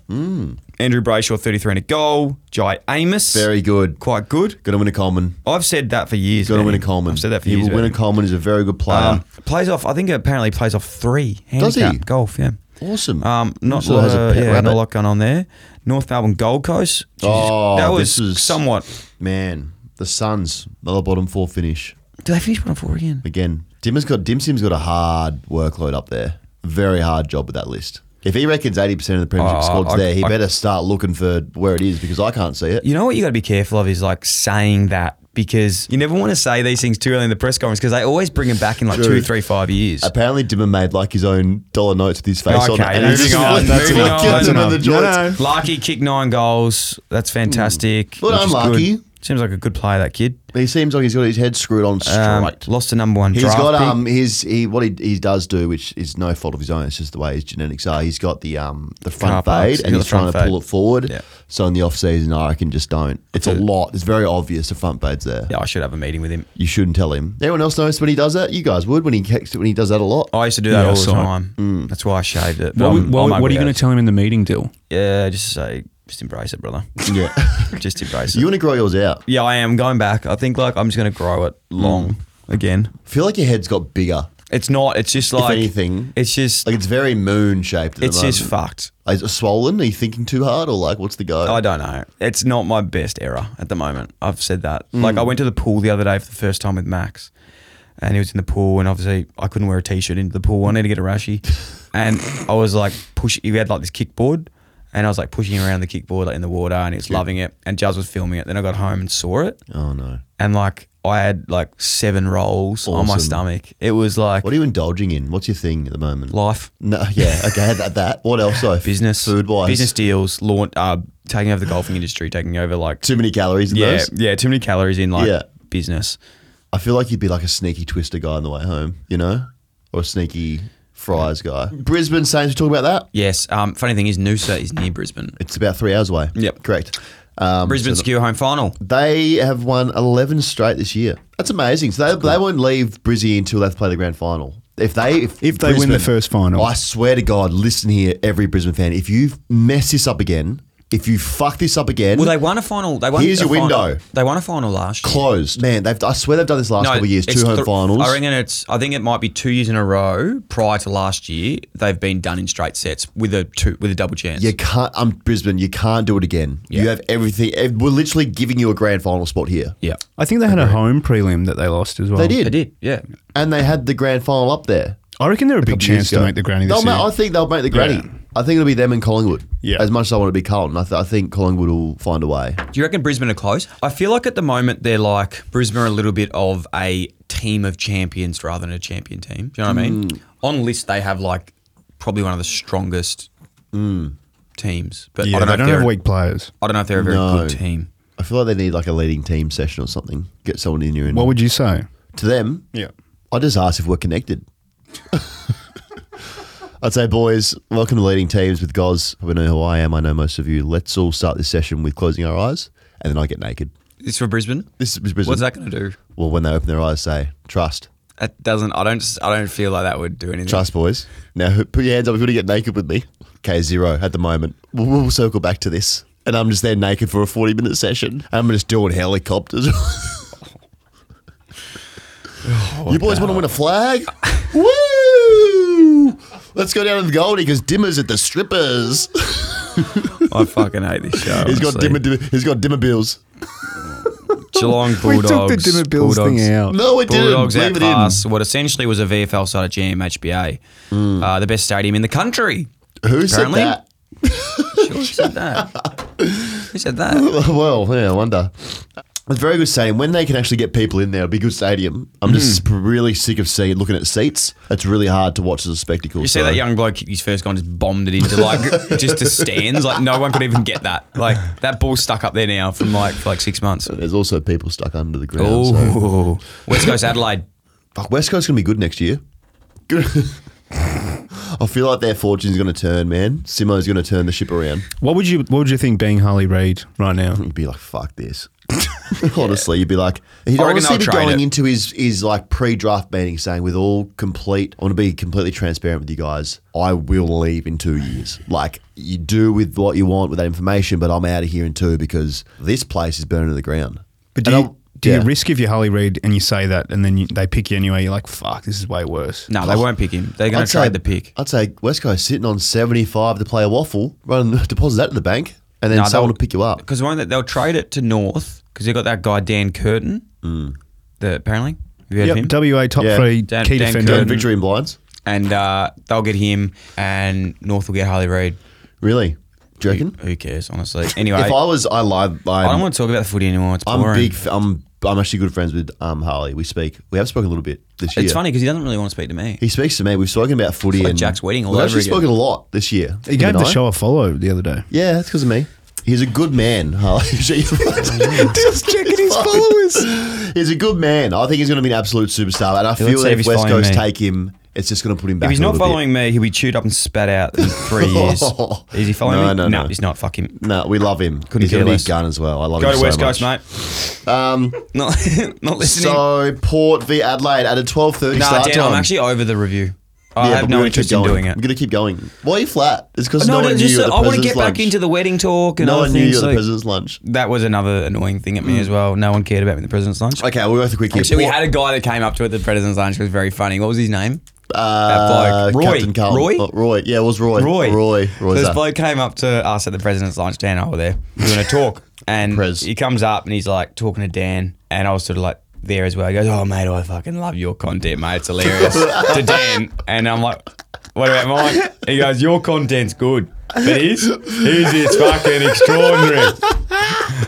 D: Andrew Brayshaw, 33 and a goal. Jai Amos.
B: Mm. Very good.
D: Quite good.
B: Gonna win a Coleman.
D: I've said that for years.
B: Gonna
D: about
B: win a
D: him.
B: Coleman.
D: I've said that for
B: he
D: years.
B: will win
D: about
B: a Coleman. He's a very good player.
D: him. um, plays off. I think apparently plays off three.
B: Does he?
D: handicap Golf, yeah.
B: awesome.
D: Um, not
B: Also
D: lot,
B: has a
D: uh,
B: pet
D: yeah, not
B: rabbit.
D: a lot going on there. North Melbourne Gold Coast. Jesus,
B: Oh,
D: that was
B: this is-
D: somewhat.
B: Man, the Suns another bottom four finish
D: Did they finish one four again?
B: again. Dim's got Dim Sim's got a hard workload up there. Very hard job with that list. If he reckons eighty percent of the Premiership
D: Oh,
B: squad's
D: I-
B: there, he
D: I-
B: better start looking for where it is because I can't see it.
D: You know what you got to be careful of is like saying that because you never want to say these things too early in the press conference because they always bring them back in like
B: True.
D: two, three, five years.
B: Apparently, Dimmer made like his own dollar notes with his face on
D: Okay,
B: it. and
D: moving
B: he's just
D: on,
B: like, that's
D: moving
B: enough,
D: on.
B: that's
E: That's
B: another
E: enough.
B: joint.
E: No, no.
D: Larky kicked nine goals. That's fantastic.
B: Well
D: which
B: done,
D: is good.
B: Larky.
D: Seems like a good player, that kid.
B: He seems like he's got his head screwed on straight.
D: Um, lost a number one
B: He's
D: draft
B: got
D: pick.
B: um his he what he, he does do, which is no fault of his own. It's just the way his genetics are. He's got the um the front
D: Car parks,
B: fade and
D: he's
B: he's
D: got
B: trying to
D: the front
B: pull it
D: fade.
B: forward.
D: Yeah.
B: So in the off season, I reckon just don't. It's a
D: Okay.
B: lot. It's very obvious the front fade's there.
D: Yeah, I should have a meeting with him.
B: You shouldn't tell him. Everyone else knows when he does that. You guys would when he kicks it when he does that a lot.
D: I used to do that
E: Yeah, I
D: all the
E: saw it.
D: time.
B: Mm.
D: That's why I shaved it.
E: What, what- what are you going to
D: to
E: tell him in the meeting, Dill?
D: Yeah, just say, just embrace it, brother.
B: (laughs) yeah.
D: just embrace
B: you
D: it.
B: want to grow yours out.
D: Yeah, I am going back. I think like I'm just going to grow it long
B: Mm.
D: again.
B: I feel like your head's got bigger.
D: It's not. It's just like
B: anything,
D: It's just
B: Like it's very moon shaped.
D: it's
B: the
D: just
B: moment.
D: fucked.
B: Is it swollen? Are you thinking too hard or like what's the go?
D: I don't know. It's not my best error at the moment. I've said that.
B: Mm.
D: Like I went to the pool the other day for the first time with Max, and he was in the pool, and obviously I couldn't wear a t-shirt into the pool. I needed to get a
B: (laughs)
D: rashy, and I was like push. He had like this kickboard, and I was like pushing around the kickboard like in the water, and he was loving it. And Jazz was filming it. Then I got home and saw it,
B: oh no.
D: and like I had like seven rolls on my
B: Awesome.
D: stomach. It was like
B: What are you indulging in? What's your thing at the moment?
D: life.
B: No, yeah, okay, that, that. What else though?
D: business,
B: food wise,
D: business deals, launch, uh, taking over the golfing industry, taking over like
B: Too many calories in
D: yeah,
B: those.
D: yeah, too many calories in like
B: Yeah.
D: business.
B: I feel like you'd be like a sneaky twister guy on the way home, you know, or a sneaky fries guy. Brisbane Saints. We talk about that.
D: Yes. Um, funny thing is, Noosa is near Brisbane.
B: It's about three hours away.
D: Yep.
B: correct. Um,
D: Brisbane secure home final.
B: They have won eleven straight this year. That's amazing. So they, they won't leave Brizzy until they've played the grand final. If they if,
E: If they win the first final.
B: I swear to God, listen here, every Brisbane fan. If you mess this up again, if you fuck this up again,
D: Well, they won a final. They won.
B: Here's
D: a
B: your
D: final-
B: window.
D: They won a final last year.
B: closed. Man, they've, I swear they've done this last couple of years.
D: it's
B: Two home
D: th-
B: finals.
D: I reckon it's. I think it might be two years in a row prior to last year. They've been done in straight sets with a two with a double chance.
B: you can't. I'm Brisbane. You can't do it again. You
D: Yeah.
B: have everything. ev- We're literally giving you a grand final spot here.
D: yeah.
E: I think they had a home prelim that they lost as well.
B: They did.
D: They did. Yeah.
B: and they had the grand final up there.
E: I reckon they're a big
B: couple years
E: chance to
B: ago.
E: make the granny this
B: They'll
E: year.
B: ma- I think they'll make the granny.
E: Yeah.
B: I think it'll be them and Collingwood.
E: Yeah.
B: As much as I want to be Carlton, I, th- I think Collingwood will find a way.
D: Do you reckon Brisbane are close? I feel like at the moment they're like Brisbane are a little bit of a team of champions rather than a champion team. Do you know what I mean? On list they have like probably one of the strongest teams, but
E: yeah,
D: I don't know.
E: they
D: if
E: don't
D: they're,
E: have weak players.
D: I don't know if they're a very
B: No.
D: good team.
B: I feel like they need like a leading team session or something. Get someone in here and
E: What would you say?
B: to them.
E: Yeah.
B: I just asked if we're
E: (laughs)
B: connected. I'd say, boys, welcome to Leading Teams with Goz. We know who I am. I know most of you. Let's all start this session with closing our eyes, and then I get naked.
D: It's for Brisbane.
B: This is Brisbane.
D: What's that going to do?
B: Well, when they open their eyes, say, trust.
D: That doesn't. I don't. I don't feel like that would do anything.
B: Trust, boys. Now, who- put your hands up if you want to get naked with me. Okay, zero at the moment. We'll, we'll circle back to this. And I'm just there naked for a 40 minute session. And I'm just doing helicopters. (laughs) Oh, you boys want to win a
D: (laughs)
B: flag? Woo! Let's go down to the Goldie because Dimmer's at the strippers.
D: I fucking hate this show.
B: he's got
D: honestly.
B: dimmer, dimmer. He's got dimmer bills.
D: Geelong
E: We
D: Bulldogs.
E: took the Dimmer Bills
D: Bulldogs.
E: thing out.
B: No, Oh, it didn't.
D: Bulldogs
B: Leave it
D: outclass what essentially was a VFL side of GMHBA,
B: Hmm.
D: uh, the best stadium in the country.
B: in. Who said
D: Apparently.
B: that?
D: Who said that? Who said that?
B: (laughs) well, yeah, I wonder. It's a very good stadium. When they can actually get people in there, it'll be a good stadium. I'm just
D: Mm.
B: really sick of seeing looking at seats. It's really hard to watch as a spectacle.
D: You see that young bloke kicked his first goal and just bombed it into
B: (laughs)
D: like just to stands. Like no one could even get that. Like that ball's stuck up there now from like for like six months.
B: There's also people stuck under the ground. So.
D: Oh, West Coast Adelaide.
B: Fuck, West Coast's gonna be good next year. Good. (laughs) I feel like their fortune's going to turn, man. Simo's going to turn the ship around.
E: What would you What would you think being Harley Reid right now?
B: You'd be like, "Fuck this." (laughs) Honestly, you'd be like, he'd
D: I reckon
B: honestly
D: they'll
B: be
D: trade
B: going
D: it.
B: into his his like pre-draft meeting saying, "With all complete, I want to be completely transparent with you guys. I will leave in two years. Like, you do with what you want with that information, but I'm out of here in two because this place is burning to the ground."
E: But do
B: And
E: you,
B: I'll-
E: do
B: yeah.
E: you risk if you're Harley Reid and you say that and then you, they pick you anyway? You're like, fuck, this is way worse.
D: No, they won't pick him. They're going
B: I'd
D: to trade
B: say
D: the pick.
B: I'd say West Coast sitting on seventy five to play a waffle, run (laughs) deposit that to the bank, and then someone will pick you up.
D: because won't they, they'll trade it to North because they got that guy Dan Curtin.
B: Hmm.
D: The apparently have you heard
E: Yep,
D: of him?
E: WA top
B: Yeah.
E: three
D: Dan-
E: key
D: Dan
E: defender.
B: Go
D: Curtin.
B: victory in blinds.
D: and uh, they'll get him, and North will get Harley Reid.
B: Really? Do you reckon?
D: Who cares, honestly? Anyway,
B: If I was, I lied.
D: I don't
B: I'm,
D: want to talk about the footy anymore. It's
B: I'm
D: boring.
B: big. f- I'm I'm actually good friends with um Harley. We speak. We have spoken a little bit this year.
D: It's funny because he doesn't really want to speak to me.
B: He speaks to me. We've spoken about footy
D: like
B: and
D: Jack's wedding all
B: We've
D: over
B: actually
D: again.
B: spoken a lot this year.
E: He gave
B: Him
E: the
B: and I.
E: show a follow the other day.
B: Yeah, that's because of me. He's a good man, Harley. (laughs) Just checking
D: (laughs)
B: his followers. He's a good man. I think he's going to be an absolute superstar, and I feel
D: let's see
B: that if
D: if he's
B: West
D: following
B: Coast
D: me.
B: take him, it's just going to put him back.
D: If he's
B: a
D: not
B: little bit.
D: following me, he'll be chewed up and spat out in
B: (laughs)
D: three years. Is he following
B: No,
D: me?
B: no, no.
D: he's not. Fuck him.
B: No, we love him.
D: Couldn't
B: he's going to
D: care
B: be a
D: less.
B: gun as well. I love
D: Go
B: him
D: to
B: so
D: West
B: much.
D: Coast, mate. Um, not, (laughs) not listening.
B: So Port v Adelaide at a twelve thirty
D: nah,
B: start
D: Dan,
B: time.
D: I'm actually over the review.
B: Yeah,
D: I
B: but
D: have
B: we're
D: no
B: gonna
D: interest
B: keep
D: in
B: going.
D: doing it.
B: We're gonna keep going. Why are you flat? It's because no,
D: no,
B: one
D: no,
B: knew
D: just
B: you were
D: uh,
B: the
D: I want to
B: president's
D: get back
B: lunch.
D: into the wedding talk and
B: No
D: all
B: one
D: things.
B: knew you were the
D: like-
B: president's lunch.
D: that was another annoying thing at me as well. No one cared about me at the president's lunch.
B: Okay, we'll go through quickly.
D: Actually, we
B: Port-
D: had a guy that came up to it at the president's lunch. who was very funny. What was his name?
B: uh,
D: that bloke. Roy.
B: Captain Carl.
D: Roy?
B: Oh, Roy. Yeah, it was Roy.
D: Roy.
B: Roy. Roy.
D: So this
B: Zappa.
D: bloke came up to us at the president's lunch. Dan and I were there doing
B: (laughs)
D: a talk, and
B: Prez.
D: he comes up and he's like talking to Dan, and I was sort of like there as well. He goes, "Oh mate, I fucking love your content, mate.
B: (laughs)
D: It's hilarious." to Dan, and I'm like, "What about mine?" He goes, "Your content's good, but his, his is fucking extraordinary."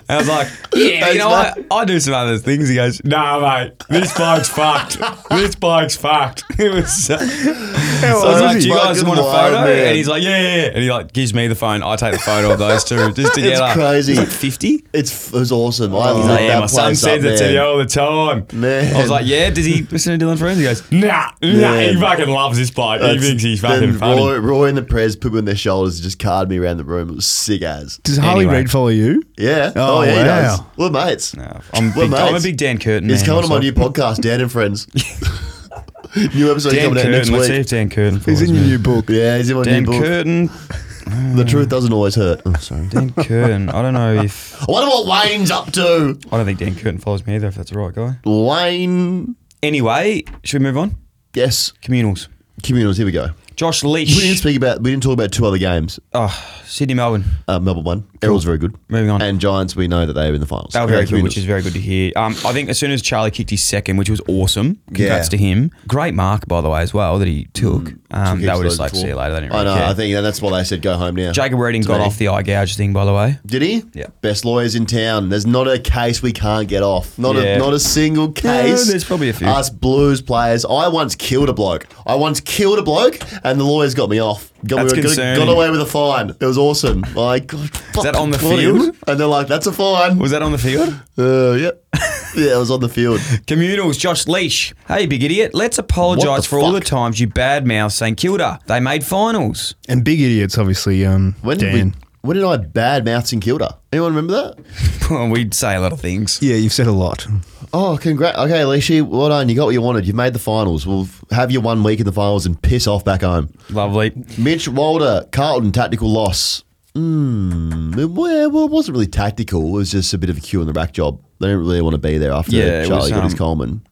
D: And I was like, yeah, you know what? I do some other things. He goes, nah, mate, this bloke's fucked. This bloke's fucked. (laughs) It was so, so I was
B: old
D: like,
B: is
D: do
B: he?
D: you guys
B: Fucking
D: want a
B: wild
D: photo?
B: man.
D: And he's like, yeah, yeah, yeah. And he like gives me the phone. I take the photo of those two just together.
B: crazy.
D: It's like 50.
B: It's, it was awesome. I love
D: He's like,
B: that
D: Oh, yeah, my
B: place
D: son
B: up
D: sends it to
B: there.
D: you all the time.
B: Man.
D: I was like, yeah, does he listen to Dylan Friends? He goes, nah, nah,
B: Man.
D: he fucking loves this bloke.
B: That's-
D: he thinks he's
B: then
D: fucking funny.
B: Roy, Roy and the Prez put me on their shoulders and just card me around the room. It was sick as.
E: Does Harley
D: Anyway.
E: Reid follow you?
B: Yeah.
E: Oh,
B: yeah, he
E: wow.
B: does. We're mates.
D: No, I'm,
B: We're
D: big, I'm a
B: mates.
D: big Dan Curtin.
B: He's
D: man
B: coming on my
D: myself.
B: new podcast, Dan and
D: (laughs)
B: Friends. new episode
D: Dan
B: coming out next
D: Curtin. Let's see
B: week.
D: if Dan Curtin.
E: He's
D: follows
E: in your
D: me.
E: new book.
B: Yeah, he's in my
D: Dan
B: new book.
D: Curtin.
B: The truth doesn't always hurt. Oh, sorry.
D: (laughs)
B: (laughs)
D: Dan Curtin. I don't know if
B: I wonder what Wayne's up to.
D: I don't think Dan Curtin follows me either. If that's the right guy.
B: Wayne.
D: Anyway, should we move on?
B: Yes.
D: Communals.
B: Communals. Here we go.
D: Josh
B: We didn't
D: Leach.
B: speak about. We didn't talk about two other games.
D: Oh, Sydney Melbourne.
B: Uh, Melbourne won. Errol's very good.
D: Moving on.
B: And Giants. We know that they were in the finals.
D: They were very
B: Okay,
D: good, which
B: Communals.
D: is very good to hear. Um, I think as soon as Charlie kicked his second, which was awesome, congrats
B: Yeah. Mm.
D: to him. Great mark, by the way, as well, that he took. um,
B: Kicks
D: they were just
B: loads
D: like,
B: before.
D: see you later. They didn't
B: I
D: really
B: know.
D: care.
B: I think that's why they said go home now.
D: Jacob Redding
B: To
D: got
B: me.
D: off the eye gouge thing, by the way.
B: Did he?
D: Yeah.
B: Best lawyers in town. There's not a case we can't get off. Not
D: Yeah.
B: a not a single case.
D: there's probably a few.
B: Us blues players. I once killed a bloke. I once killed a bloke, and the lawyers got me off. Got,
D: That's
B: me, got,
D: concerning.
B: got away with a fine. It was awesome. I (laughs) God,
D: that on the
B: fucking got
D: field?
B: him. And they're like, "That's a fine."
D: Was that on the field?
B: Uh,
D: (laughs)
B: yep. yeah, it was on the field.
D: Communals, Josh Leash. Hey, big idiot. Let's
B: What
D: apologise
B: the
D: for all the
B: fuck?
D: times you badmouth St Kilda. They made finals. (laughs)
E: And big idiots, obviously. Um,
B: When did
E: Dan.
B: we? When did I bad mouth St Kilda? Anyone remember that?
D: We'd say a lot of things.
E: yeah, you've said a lot.
B: Oh, congrats. Okay, Leishi, well done. You got what you wanted. You made the finals. We'll f- have you one week in the finals and piss off back home.
D: Lovely.
B: Mitch Walder, Carlton, tactical loss. Hmm. it- Well, well, it wasn't really tactical. It was just a bit of a cue in the rack job. They didn't really want to be there after
D: Yeah, it
B: Charlie
D: was,
B: got his
D: um,
B: Coleman.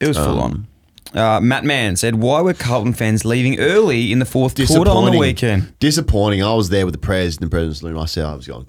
D: It was
B: Um,
D: full on. Uh, Matt Mann said, "Why were Carlton fans leaving early in the fourth quarter on the weekend?"
B: Disappointing. I was there with the prayers in the president's room. I said, I was going,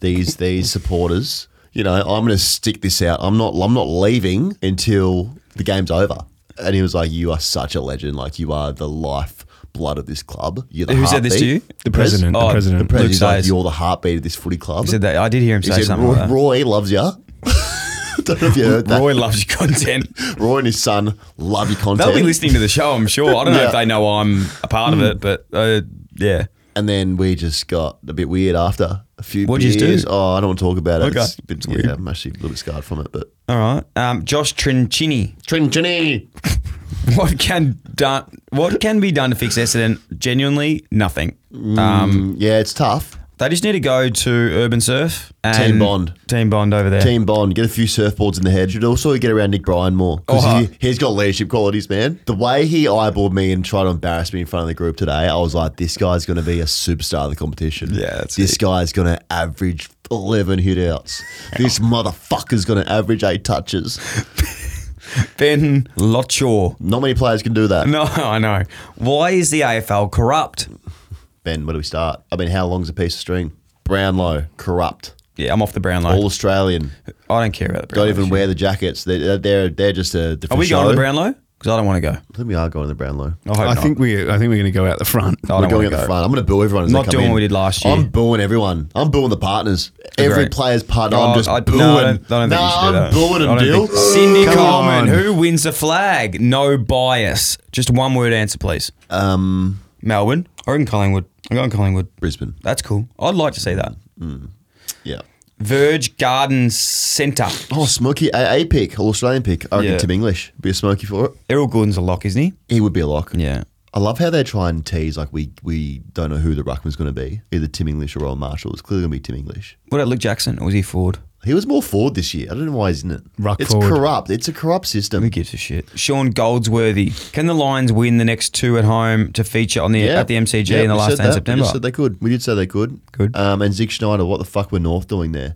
B: these these supporters, you know, I'm going to stick this out. I'm not I'm not leaving until the game's over. And he was like, you are such a legend. Like you are the life blood of this club. You're the
D: Who said this to
B: heartbeat."
D: you?
E: The president.
D: Oh,
E: the president.
B: The president.
D: Luke
B: He's like,
D: Sayers.
B: you're the heartbeat of this footy club.
D: He said that. I did hear him
B: He
D: say
B: said,
D: something.
B: Roy,
D: like that.
B: Roy loves you. (laughs) Don't know if you heard that.
D: Roy
B: Roy,
D: loves your content.
B: and his son love your
D: (laughs) They'll
B: content.
D: be listening to the show, I'm sure. I don't know
B: Yeah. Mm.
D: if they know I'm a part of it, but uh, yeah.
B: And then we just got a bit weird after a few
D: What'd
B: beers.
D: yous do?
B: Oh, I don't want to talk about it.
D: Okay.
B: It's, a bit- yeah, I'm actually a little bit scarred from it. But
D: All right. Um, Josh Trinchini.
B: Trinchini.
D: (laughs) What can done? What can be done to fix Essendon? Genuinely, nothing.
B: Mm.
D: Um,
B: Yeah, it's tough.
D: they just need to go to Urban Surf and
B: Team Bond.
D: Team Bond over there.
B: (laughs) Team Bond, get a few surfboards in the head. Should also get around Nick Bryan more because
D: Oh, huh.
B: he, has got leadership qualities, man. The way he eyeballed me and tried to embarrass me in front of the group today, I was like, this guy's going to be a superstar of the competition.
D: Yeah, that's
B: this
D: it.
B: guy's going to average eleven hit outs. This motherfucker's going to average eight touches.
D: Ben Lotchaw.
B: Not many players can do that.
D: (laughs) No, I know. Why is the AFL corrupt?
B: Ben, where do we start? I mean, how long's a piece of string? Brownlow, corrupt,
D: Yeah, I'm off the brown
B: all
D: line.
B: Australian.
D: I don't care about the brown
B: Don't even wear the jackets. They're they're, they're just a.
D: Are we going to the Brownlow? Because I don't want to go.
B: I think we are going to the Brownlow.
D: I hope
E: I
D: not.
E: think we. I think we're going to go out the front.
D: I
B: We're
D: don't
B: going at
D: want to
B: the
D: go.
B: front. I'm going to boo everyone. As
D: Not
B: they come
D: doing
B: in.
D: what we did last year.
B: I'm booing everyone. I'm booing the partners. Every
D: Agreed.
B: player's partner.
D: Oh,
B: I'm just
D: I-
B: booing.
D: No, I don't, I don't think
B: Nah,
D: you should do
B: I'm
D: that.
B: booing
D: I
B: them,
D: don't
B: Dill.
D: think- Cindy
E: Come
D: Coleman,
E: on.
D: who wins the flag? No bias. Just one word answer, please. Um, Melbourne. I reckon Collingwood. I'm going Collingwood.
B: Brisbane.
D: That's cool. I'd like to see that.
B: Yeah.
D: Verge Garden Centre.
B: Oh, Smoky AA pick, all Australian pick. I reckon
D: Yeah.
B: Tim English be a Smoky for it.
D: Errol Gordon's a lock, isn't he?
B: He would be a lock.
D: Yeah.
B: I love how they try and tease like we we don't know who the ruckman's going to be, either Tim English or Rowan Marshall. It's clearly going to be Tim English.
D: What about Luke Jackson? Or was he forward?
B: He was more forward this year. I don't know why he's in it.
E: Ruck
B: it's
E: forward.
B: corrupt. It's a corrupt system.
D: Who gives a shit? Sean Goldsworthy. Can the Lions win the next two at home to feature on the at the MCG
B: Yeah,
D: in the
B: we said
D: last day in
B: that.
D: September?
B: We just said they could. We did say they could.
D: Good.
B: Um, and Zig Schneider, what the fuck were North doing there?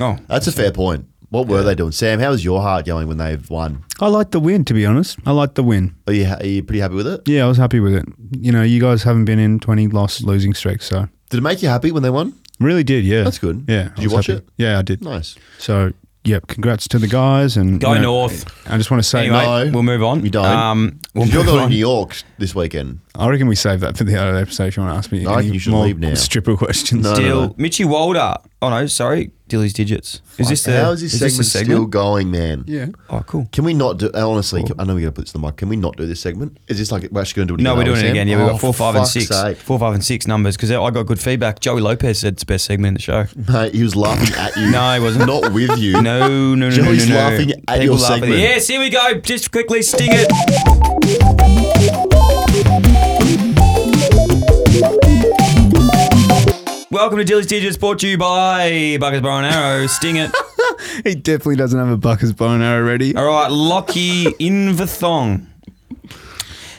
D: Oh,
B: That's a fair point. What were they doing? Sam, how was your heart going when they've won?
E: I like the win, to be honest. I like the win.
B: Are you, are you pretty happy with it?
E: Yeah, I was happy with it. You know, you guys haven't been in 20 loss losing streaks, so
B: Did it make you happy when they won?
E: really did, yeah.
B: That's good.
E: Yeah.
B: Did
E: I
B: you
E: was
B: watch
E: happy.
B: it?
E: Yeah, I did.
B: Nice.
E: So, yep, congrats to the guys and
D: Go
E: you know,
D: North.
E: I just want to say
D: Anyway,
B: No.
D: we'll move on.
B: You don't.
D: Um, we'll
B: You're
D: move
B: going to
D: on.
B: New York this weekend.
E: I reckon we save that for the other episode if you want to ask me
B: I reckon
E: any
B: you should
E: more
B: leave now.
E: stripper (laughs) questions.
B: No,
D: Dill, Mitchy Walder. Oh no, sorry, Dilly's digits. Is this the?
B: how is this
D: is
B: segment,
D: the
B: still going, man?
E: Yeah.
D: Oh, cool.
B: Can we not do? Honestly, I know we got to put this in the mic. Can we not do this segment? Is this like we're actually going to do it?
D: No,
B: again,
D: we're
B: are we,
D: doing it
B: Sam?
D: again. Yeah, we've
B: Oh,
D: got four, five, and
B: fuck's
D: six.
B: sake.
D: Four, five, and six numbers because I got good feedback. Joey Lopez said it's the best segment in the
B: (laughs)
D: show.
B: Mate, he was laughing at you.
D: (laughs) No, he wasn't.
B: Not with you.
D: (laughs) No, no, no, no,
B: Joey's
D: no, no.
B: laughing at your
D: laugh the-
B: segment.
D: Yes, here we go. Just quickly sting it. Welcome to Dilly's Digits, brought to you by Buggers Bow and Arrow. Sting it.
E: He definitely doesn't have a Buckers bone arrow ready.
D: All right, Lockie Inverthong.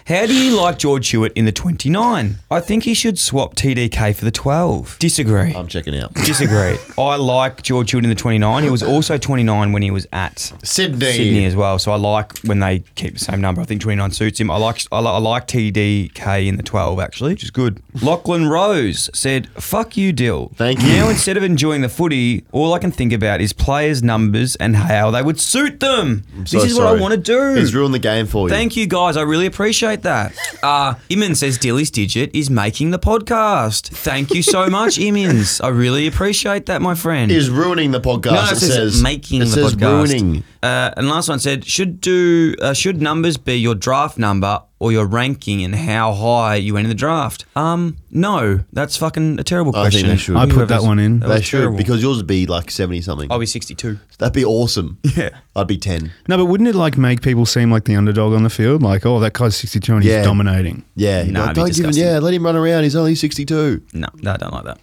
D: How do you like George Hewitt in the 29? I think he should swap TDK for the 12. Disagree.
B: I'm checking out.
D: Disagree. I like George Hewitt in the 29. He was also 29 when he was at
B: Sydney.
D: Sydney as well. So I like when they keep the same number. I think 29 suits him. I like I, li- I like TDK in the 12 actually, which is good. Lachlan Rose said, "Fuck you, Dill."
B: Thank you.
D: Now instead of enjoying the footy, all I can think about is players' numbers and how they would suit them.
B: So
D: this is what
B: sorry.
D: I want to do.
B: He's ruined the game for you.
D: Thank you guys. I really appreciate that. Uh, Immins says Dilly's Digit is making the podcast. Thank you so
B: (laughs)
D: much, Immins. I really appreciate that, my friend.
B: is ruining the podcast.
D: No, no, it, says, making
B: it
D: the
B: says
D: podcast.
B: ruining.
D: Uh, and last one said, should do uh, should numbers be your draft number or your ranking and how high you went in the draft? Um, no, that's fucking a terrible
B: I think
D: question.
B: they should.
E: I put that
D: Whoever's-
E: one in.
D: That
B: They
D: was
B: should
D: terrible.
B: because yours would be like seventy something.
D: I'll be sixty-two.
B: That'd be
D: (laughs)
B: awesome. Yeah, I'd be ten.
E: No, but wouldn't it like make people seem like the underdog on the field? Like, oh, that guy's 62 and
B: Yeah.
E: he's dominating.
B: Yeah,
D: Nah,
B: like,
D: it'd be
B: don't give him.
D: disgusting.
B: Yeah, let him run around. He's only sixty-two.
D: No, no, I don't like that.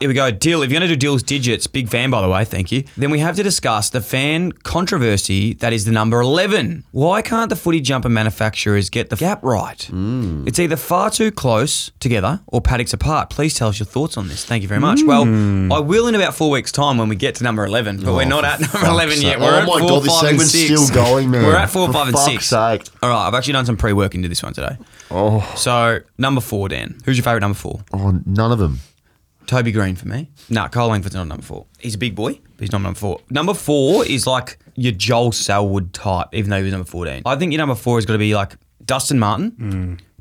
D: Here we go. Deal. If you're going to do Deal's digits, big fan, by the way, thank you. Then we have to discuss the fan controversy that is the number 11. Why can't the footy jumper manufacturers get the gap right?
B: Hmm.
D: It's either far too close together or paddocks apart. Please tell us your thoughts on this. Thank you very much.
B: Hmm.
D: Well, I will in about four weeks' time when we get to number 11, but we're not at number 11
B: Oh, sake.
D: yet. We're
B: Oh
D: at
B: my
D: four,
B: God, this
D: five, and
B: segment's
D: six.
B: still going, man.
D: We're at four,
B: For
D: five, and
B: fuck's
D: six.
B: sake.
D: All right, I've actually done some pre work into this one today. Oh. So, number four, Dan. Who's your favourite number four?
B: Oh, none of them.
D: Toby Green for me. No, Kyle Langford's not number four. He's a big boy, but he's not number four. Number four is like your Joel Selwood type, even though he was number 14. I think your number four is going to be like Dustin Martin,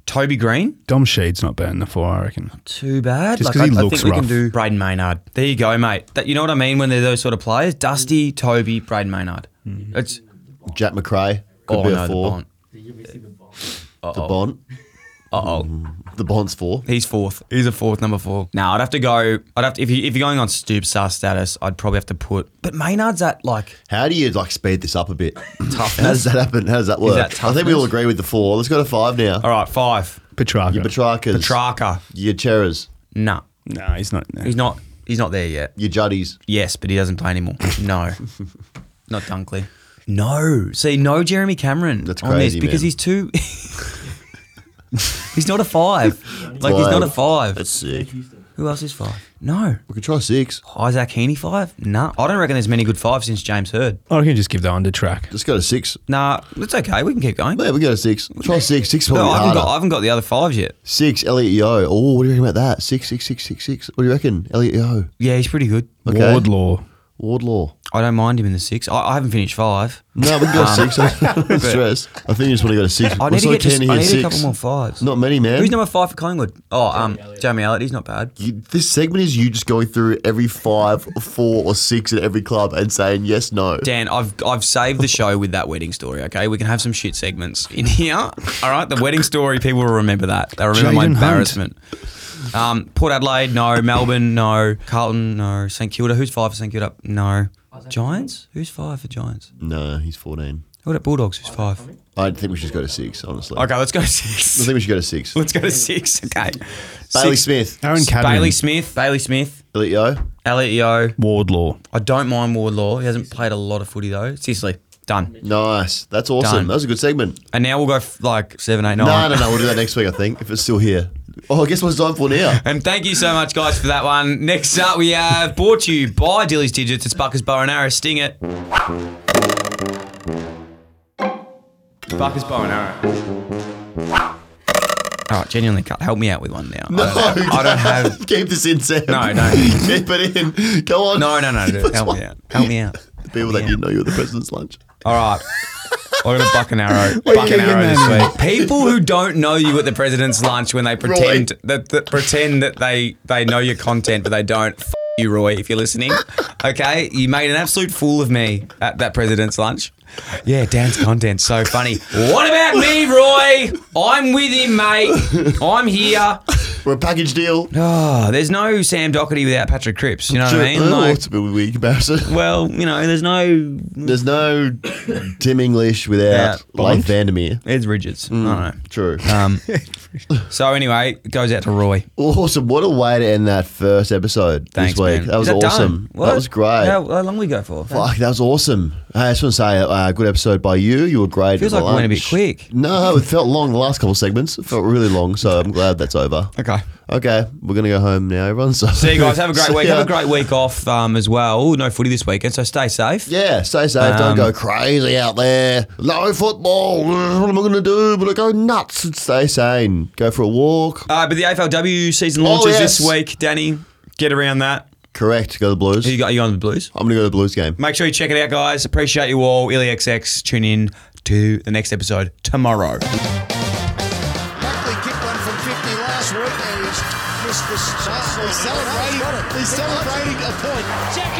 D: Toby Green.
E: Dom Sheed's not bad in the four, I reckon.
D: Too bad.
E: Just
D: Like,
E: 'cause he
D: I, I
E: looks
D: think we can
E: rough.
D: do Braden Maynard. There you go, mate. That, you know what I mean when they're those sort of players? Dusty, Toby, Braden Maynard. It's,
B: Jack McRae could
D: oh,
B: be
D: no,
B: a
D: the
B: four.
D: Bond.
B: The Bond.
D: Uh oh.
E: Mm-hmm.
B: The Bond's four.
D: He's fourth. He's a fourth, number four. Now I'd have to go. I'd have to, if you if you're going on Stoop star status, I'd probably have to put. But Maynard's at
E: (laughs)
D: like
B: How do you like speed this up a
D: (laughs)
B: bit? (laughs)
D: tough.
B: How does that happen? How does that work?
D: that
B: I think we all
D: toughness?
B: agree with the four. Let's go to five now.
D: All right, five.
E: Petrarca.
B: Your Petrarcas.
D: Petrarca.
B: your Cheras.
D: No,
E: no, he's not. No.
D: he's not. He's not there yet.
B: Your Juddies.
D: Yes, but he doesn't play anymore.
B: (laughs)
D: No, not Dunkley. No, see, no Jeremy Cameron.
B: That's
D: on this
B: crazy,
D: because
B: man.
D: he's too. (laughs) he's not a five. Like he's not a five.
B: Let's see.
D: Who else is five? No.
B: We could try six.
D: Isaac Heaney five? Nah. I don't reckon there's many good fives since James Heard.
E: I reckon just give the under track.
B: Let's go to six.
D: Nah, it's okay. We can keep going.
B: Yeah, we go to six. Try six. Six is probably
D: No, I haven't,
B: harder.
D: got, I haven't got the other fives yet.
B: Six, Elliot Yo. Oh, what do you reckon about that? Six, six, six, six, six. What do you reckon? Elliot Yo.
D: Yeah, he's pretty good.
B: Okay.
E: Wardlaw.
B: Wardlaw.
D: I don't mind him in the six. I, I haven't finished five.
B: No, we can go to
D: (laughs)
B: six. (laughs) I'm stressed. I think you just want to go to six.
D: I
B: We
D: need to
B: saw
D: get
B: 10,
D: just,
B: he
D: I
B: had
D: need a
B: six.
D: couple more fives.
B: Not many, man.
D: Who's number five for Collingwood? Oh, um, Jamie Elliott. He's not bad.
B: You- this segment is you just going through every five, four, or six at every club and saying yes, no.
D: Dan, I've I've saved the show with that wedding story. Okay, we can have some shit segments in here. All right, the wedding story. People will remember that. They remember
E: Jaden
D: my
E: Hunt.
D: embarrassment. Um, Port Adelaide, no. Melbourne, no. Carlton, no. St Kilda. Who's five for St Kilda? No. Giants. Who's five for Giants?
B: No, he's 14.
D: What about Bulldogs? Who's five?
B: I think we should just go to six, honestly.
D: Okay, let's go
B: I
D: six.
B: think we should go to six.
D: Let's go to six. Okay.
B: Bailey
D: Six.
B: Smith.
E: Aaron Cadman.
D: Bailey Smith. Bailey Smith.
B: Elliot Yo.
D: Elliot Yo.
E: Wardlaw.
D: I don't mind Wardlaw. He hasn't played a lot of footy though. Sicily. Done.
B: Nice. That's awesome.
D: Done.
B: That was a good segment.
D: And now we'll go f- like seven, eight, nine.
B: No, no, no. We'll do that next week, I think, if it's still here. Oh, I guess what's time for now?
D: And thank you so much, guys, for that one. Next up, we have brought to you by Dilly's Digits. It's Buckers Bow and Arrow. Sting it. Buckers Bow and Arrow. All right, genuinely, cut. help me out with one now.
B: No,
D: I don't have. (laughs)
B: (laughs)
D: I don't have
B: Oh, Keep this in, Sam.
D: No, no.
B: (laughs) Keep it in. Go on. (laughs)
D: no, no, no. dude, Help me out. Help me out.
B: The people that didn't know you were the president's lunch.
D: All
E: (laughs)
D: right. We're going to buck an arrow. Buck an
E: kicking
D: arrow this
E: them?
D: week. People who don't know you at the president's lunch when they pretend that, that pretend that they they know your content but they don't. F- you, Roy, if you're listening. Okay, you made an absolute fool of me at that president's lunch. Yeah, Dan's content's so funny. What about me, Roy? I'm with him, mate. I'm here.
B: We're a package deal.
D: Oh, there's no Sam Doherty without Patrick Cripps. You know what I mean?
B: Oh,
D: Like,
B: it's a bit of a weird
D: (laughs)
E: Oh.
B: comparison.
D: well, you know, there's no
B: There's no Tim English
D: Yeah.
B: without Blake Vandermeer.
D: Ed's Ridges.
E: Mm.
D: I don't know.
B: True.
D: Um,
B: (laughs)
D: so anyway, it goes out to Roy.
B: awesome. What a way to end that first episode
D: Thanks,
B: this week.
D: man.
B: That was
D: Is done?
B: awesome.
D: What?
B: That was great.
D: How, how long we go for?
B: Fuck, that was awesome. Hey, I just want to say, uh, good episode by you. You were great.
D: Feels
B: at the
D: like we went a bit
B: lunch.
D: quick.
B: No, it felt long. The last couple of segments it felt really long, so I'm glad that's over.
D: Okay.
B: Okay, we're gonna go home now, everyone. So
D: See you guys. Have a great
B: (laughs) See
D: week.
B: ya.
D: Have a great week off um, as well. No footy this weekend, so stay safe.
B: Yeah, stay safe.
D: Um,
B: Don't go crazy out there. No football. What am I gonna do? But I go nuts and stay sane. Go for a walk.
D: Uh, but the AFLW season launches this
B: Oh, yes.
D: week. Danny, get around that.
B: Correct. Go to the Blues.
D: Who you got? You on the Blues?
B: I'm gonna go to the Blues game.
D: Make sure you check it out, guys. Appreciate you all. IllyXX. Tune in to the next episode tomorrow.
A: Buckley kicked one from 50 last week and he's missed the start.
C: Jack